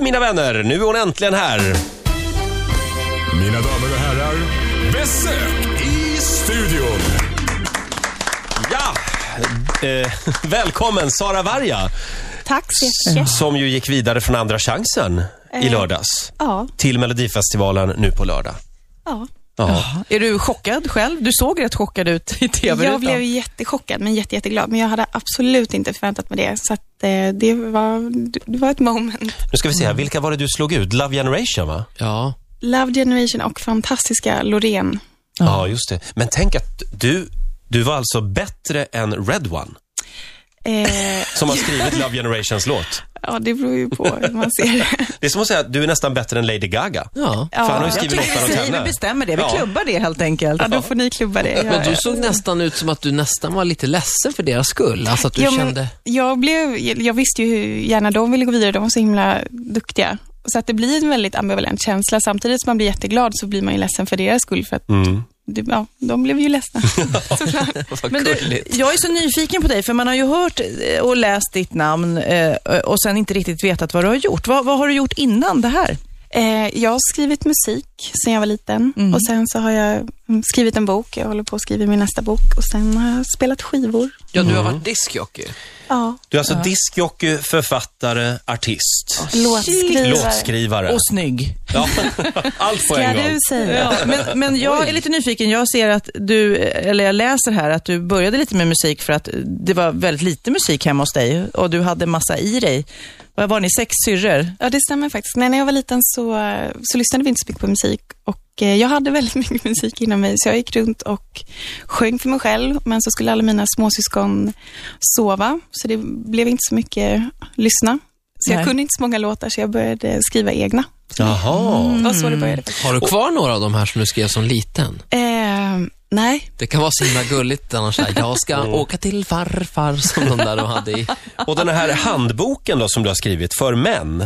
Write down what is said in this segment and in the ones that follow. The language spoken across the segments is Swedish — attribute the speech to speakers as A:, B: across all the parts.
A: mina vänner, nu är hon äntligen här.
B: Mina damer och herrar, besök i studion.
A: Ja! Eh, välkommen Sara Varga,
C: Tack så jättemycket.
A: som ju gick vidare från Andra chansen i lördags.
C: Eh, Ja,
A: Till Melodifestivalen nu på lördag.
C: ja.
A: Ja.
D: Är du chockad själv? Du såg rätt chockad ut i tv
C: Jag blev jättechockad men jätte, jätteglad. Men jag hade absolut inte förväntat mig det. Så att, eh, det, var, det var ett moment.
A: Nu ska vi se här,
C: Mm.
A: vilka var det du slog ut? Love Generation va?
E: Ja.
C: Love Generation och fantastiska Loreen.
A: Ja, just det. Men tänk att du, du var alltså bättre än Red One,
C: Eh,
A: som har skrivit Love Generations låt.
C: ja, det beror ju på hur man ser det.
A: Det är som att säga att du är nästan bättre än Lady Gaga.
E: ja.
C: Ja,
A: Fan, har du
D: Jag
A: skrivit
D: tycker
A: låtar åt
D: vi, säger-
A: henne?
D: vi bestämmer det. Vi
A: Ja.
D: klubbar det helt enkelt.
C: Ja, då får ni klubba det.
E: Men du
C: Jag,
E: såg nästan ut som att du nästan var lite ledsen för deras skull. Alltså att du
C: Ja, men-
E: kände...
C: jag, blev, jag visste ju hur gärna de ville gå vidare. De var så himla duktiga. Så att det blir en väldigt ambivalent känsla. Samtidigt som man blir jätteglad så blir man ju ledsen för deras skull. För att,
E: Mm.
C: det, ja, de blev ju ledsna. Såklart.
D: Men du, jag är så nyfiken på dig, för man har ju hört eh, och läst ditt namn eh, och sen inte riktigt vetat vad du har gjort. Vad, vad har du gjort innan det här?
C: Eh, jag har skrivit musik sedan jag var liten och sen så har jag mm, skrivit en bok. Jag håller på att skriva min nästa bok och sen har jag spelat skivor.
E: Ja, du har varit diskjockey.
C: Ja,
A: Du är alltså diskjockey, författare, artist,
C: låtskrivare.
A: låtskrivare.
D: Och snygg.
A: Ja. Allt på
C: Ska
A: en gång.
C: du säga?
D: Ja, men, men jag är lite nyfiken. Jag ser att du, eh, eller jag läser här att du började lite med musik för att det var väldigt lite musik hemma hos dig och du hade massa i dig. Vad var ni, sex syrror?
C: Ja, det stämmer faktiskt. Nej, när jag var liten så, eh, så lyssnade vi inte så mycket på musik och eh, jag hade väldigt mycket musik inom mig så jag gick runt och sjöng för mig själv men så skulle alla mina småsyskon sova så det blev inte så mycket lyssna. Så jag
D: Nej.
C: kunde inte så många låtar så jag började skriva egna.
A: Jaha.
C: Det var så det började.
E: Har du kvar några av de här som du skrev som liten?
C: Eh, nej,
E: Det kan vara så himla gulligt annars. så här, Jag ska åka till farfar, som de där de hade i.
A: Och den här handboken då som du har skrivit för män.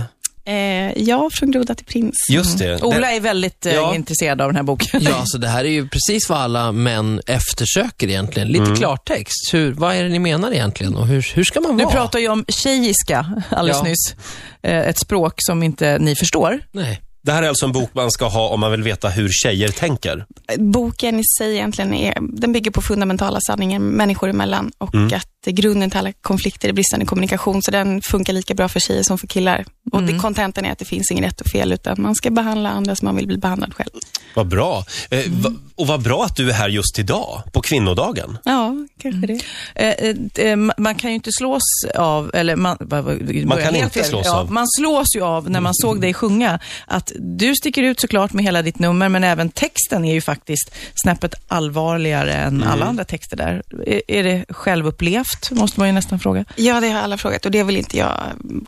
C: Eh, jag från groda till prins.
A: Just det.
D: Mm. Ola
A: Den-
D: är väldigt eh,
A: Ja.
D: intresserad av den här boken.
E: Ja, alltså det här är ju precis vad alla män eftersöker egentligen. Lite klartext. Hur, vad är det ni menar egentligen och hur, hur ska man
D: Nu
E: vara?
D: pratar jag om tjejiska alldeles
E: Ja.
D: nyss. Eh, Ett språk som inte ni förstår.
E: Nej.
A: Det här är alltså en bok man ska ha om man vill veta hur tjejer tänker.
C: Boken i sig egentligen är, den bygger på fundamentala sanningar människor emellan och att grunden till alla konflikter är bristande kommunikation. Så den funkar lika bra för tjejer som för killar. Och det, kontentan är att det finns ingen rätt och fel utan man ska behandla andra som man vill bli behandlad själv.
A: Vad bra. Eh, va, och vad bra att du är här just idag, på kvinnodagen.
C: Ja, kanske det.
D: Eh, eh, eh, ma- Man kan ju inte slås av, eller man... vad- vad- börjar
A: kan
D: helt
A: inte slås
D: ja,
A: av.
D: Man slås ju av när man såg dig sjunga att du sticker ut såklart med hela ditt nummer, men även texten är ju faktiskt snäppet allvarligare än alla
A: Mm.
D: andra texter där. Är, är det självupplevt, måste man ju nästan fråga.
C: Ja, det har alla frågat och det vill inte jag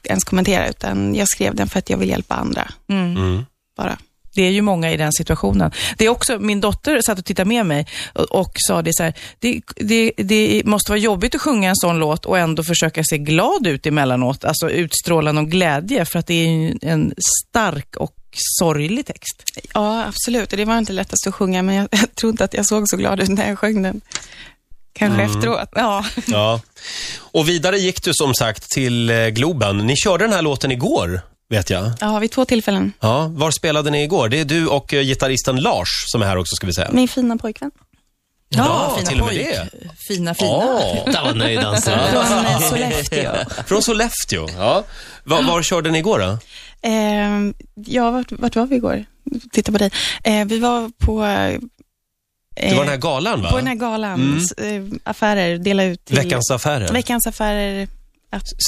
C: ens kommentera utan jag skrev den för att jag vill hjälpa andra. Bara.
D: Det är ju många i den situationen. Det är också, min dotter satt och tittade med mig och, och sa det så här, det, det, det måste vara jobbigt att sjunga en sån låt och ändå försöka se glad ut emellanåt, alltså utstråla någon glädje för att det är ju en stark och sorglig text.
C: Ja, absolut. Och det var inte lättast att sjunga men jag, jag tror inte att jag såg så glad ut när jag sjöng den. Kanske efteråt. Ja.
A: Ja. Och vidare gick du som sagt till eh, Globen. Ni körde den här låten igår, vet jag.
C: ja, vid två tillfällen.
A: Ja, var spelade ni igår? Det är du och eh, gitarristen Lars som är här också ska vi säga.
C: Min fina pojkvän.
A: Ja, till och med
D: pojk.
A: det.
D: Fina, fina.
A: Ja,
E: Där var nöjd alltså.
D: Från eh, Sollefteå.
A: från Sollefteå. Ja. Var, var körde ni igår då?
C: Eh, ja, vart, vart var vi igår? Titta på dig. Eh, vi var på... Eh,
A: Det var den här galan va?
C: på den här galan. s- Eh, affärer, dela ut till...
A: Veckans affärer.
C: Veckans affärer.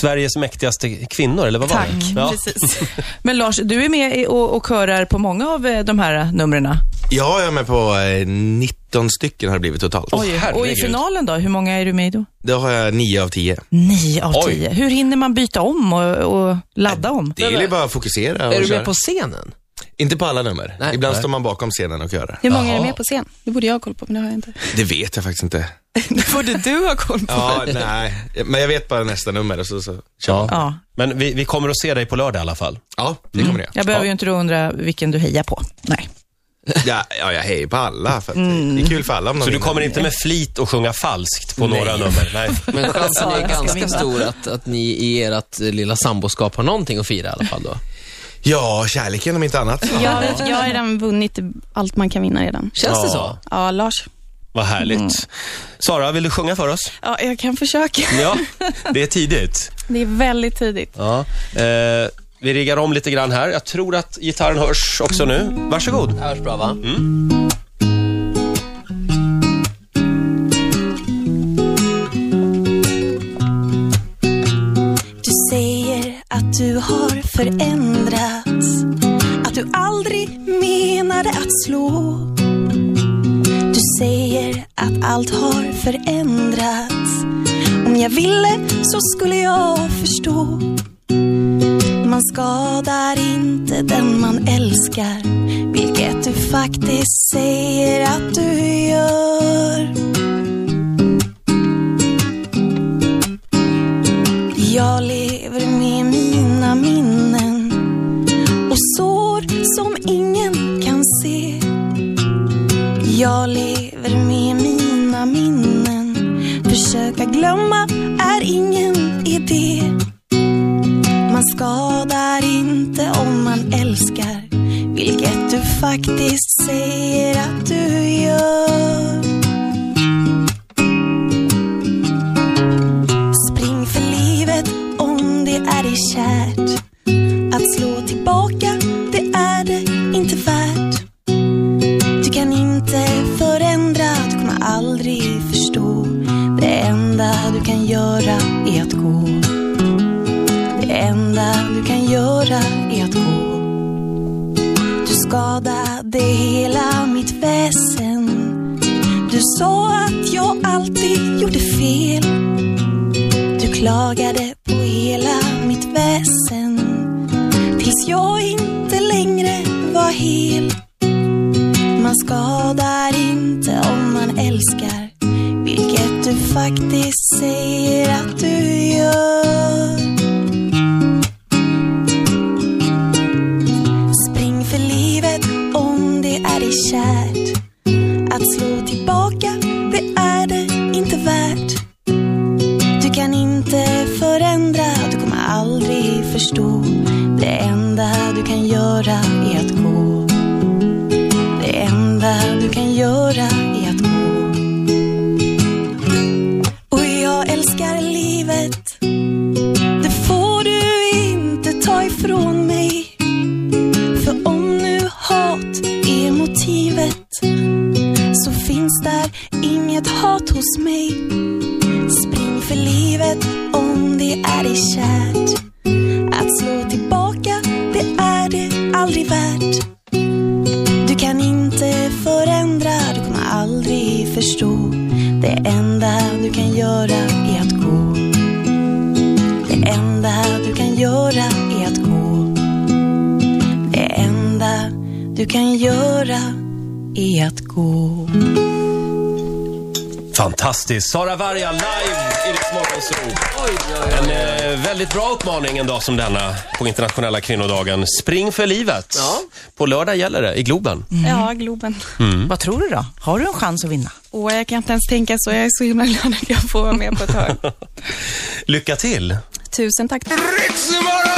A: Sveriges mäktigaste kvinnor, eller vad var
C: Tack,
A: det? Ja.
C: precis.
D: Men Lars, du är med i- och, och körar på många av eh, de här eh, numren.
F: Ja, jag är med på eh, 19 stycken har det blivit totalt.
A: Åh,
D: Och i
A: herregud.
D: finalen då, hur många är du med i då?
F: Då har jag 9 av 10.
D: Nio av
A: Oj.
D: tio. Hur hinner man byta om och, och ladda om?
F: Det är ju bara att fokusera och
E: Är du
F: köra.
E: med på scenen?
F: Inte på alla nummer.
E: Nej.
F: Ibland
E: Nej.
F: står man bakom scenen och körar.
C: Hur många är
E: Jaha.
C: det med på scen? Det borde jag ha koll på, men det har jag inte.
F: Det vet jag faktiskt inte.
C: Det borde du ha koll på.
F: Ja, nej. Men jag vet bara nästa nummer och så, så kör man.
D: Ja.
A: Men vi, vi kommer att se dig på lördag i alla fall.
F: Ja, det kommer det.
D: Jag behöver ju inte då undra vilken du hejar på. Nej.
F: Ja, ja jag hejar på alla. För att Det är kul för alla om de
A: Så du
F: vinner.
A: kommer inte med flit och sjunga falskt på några nummer? Nej.
E: Men chansen
D: Sara
E: är
D: ska
E: ganska
D: vinna.
E: stor att, att ni i ert eh, lilla samboskap har någonting att fira i alla fall då.
F: Ja, kärleken om inte annat.
C: Jag, jag har redan vunnit allt man kan vinna redan.
E: Känns det
A: Ja.
E: så?
C: Ja, Lars.
A: Vad härligt. Sara, vill du sjunga för oss?
C: Ja, jag kan försöka.
A: Ja, det är tidigt.
C: Det är väldigt tidigt.
A: Ja. Eh, vi riggar om lite grann här. Jag tror att gitarren hörs också nu. Varsågod. Mm.
E: Det hörs bra, va?
G: Du säger att du har förändrats. Att du aldrig menade att slå. Du säger att allt har förändrats. Om jag ville så skulle jag förstå. Man skadar inte den man älskar. Vilket du faktiskt säger att du gör. Jag lever med mina minnen och sår som ingen kan se. Jag lever med mina minnen. Försöka glömma är ingen idé. Man skadar inte om man älskar, vilket du faktiskt säger att du gör. Spring för livet om det är dig kärt. Att slå tillbaka, det är det inte värt. Du kan inte förändra, du kommer aldrig förstå. Det enda du kan göra är att gå. Det enda du kan göra är att gå. Du skadade hela mitt väsen. Du sa att jag alltid gjorde fel. Du klagade på hela mitt väsen Tills jag inte längre var hel Man skadar inte om man älskar Vilket du faktiskt säger att du gör Spring för livet om det är dig kärt Att slå tillbaka, det är det inte värt du kan inte förändra, du kommer aldrig förstå. Det enda du kan göra är att gå. Det enda du kan göra är att gå. Och jag älskar livet. Det får du inte ta ifrån mig. För om nu hat är motivet så finns där inget hat hos mig. Spring för livet om det är dig kärt. Att slå tillbaka, det är det aldrig värt. Du kan inte förändra, du kommer aldrig förstå. Det enda du kan göra är att gå. Det enda du kan göra är att gå. Det enda du kan göra är att gå.
A: Fantastiskt. Sara Varga live i Rix Morgon Zoo. En eh, väldigt bra uppmaning en dag som denna på internationella kvinnodagen. Spring för livet. På lördag gäller det i Globen.
C: Mm. Ja, Globen.
D: Vad tror du då? Har du en chans att vinna?
C: Åh, jag kan inte ens tänka så. Jag är så himla glad att jag får vara med på ett hörn.
A: Lycka till.
C: Tusen tack.
B: Riksmorgon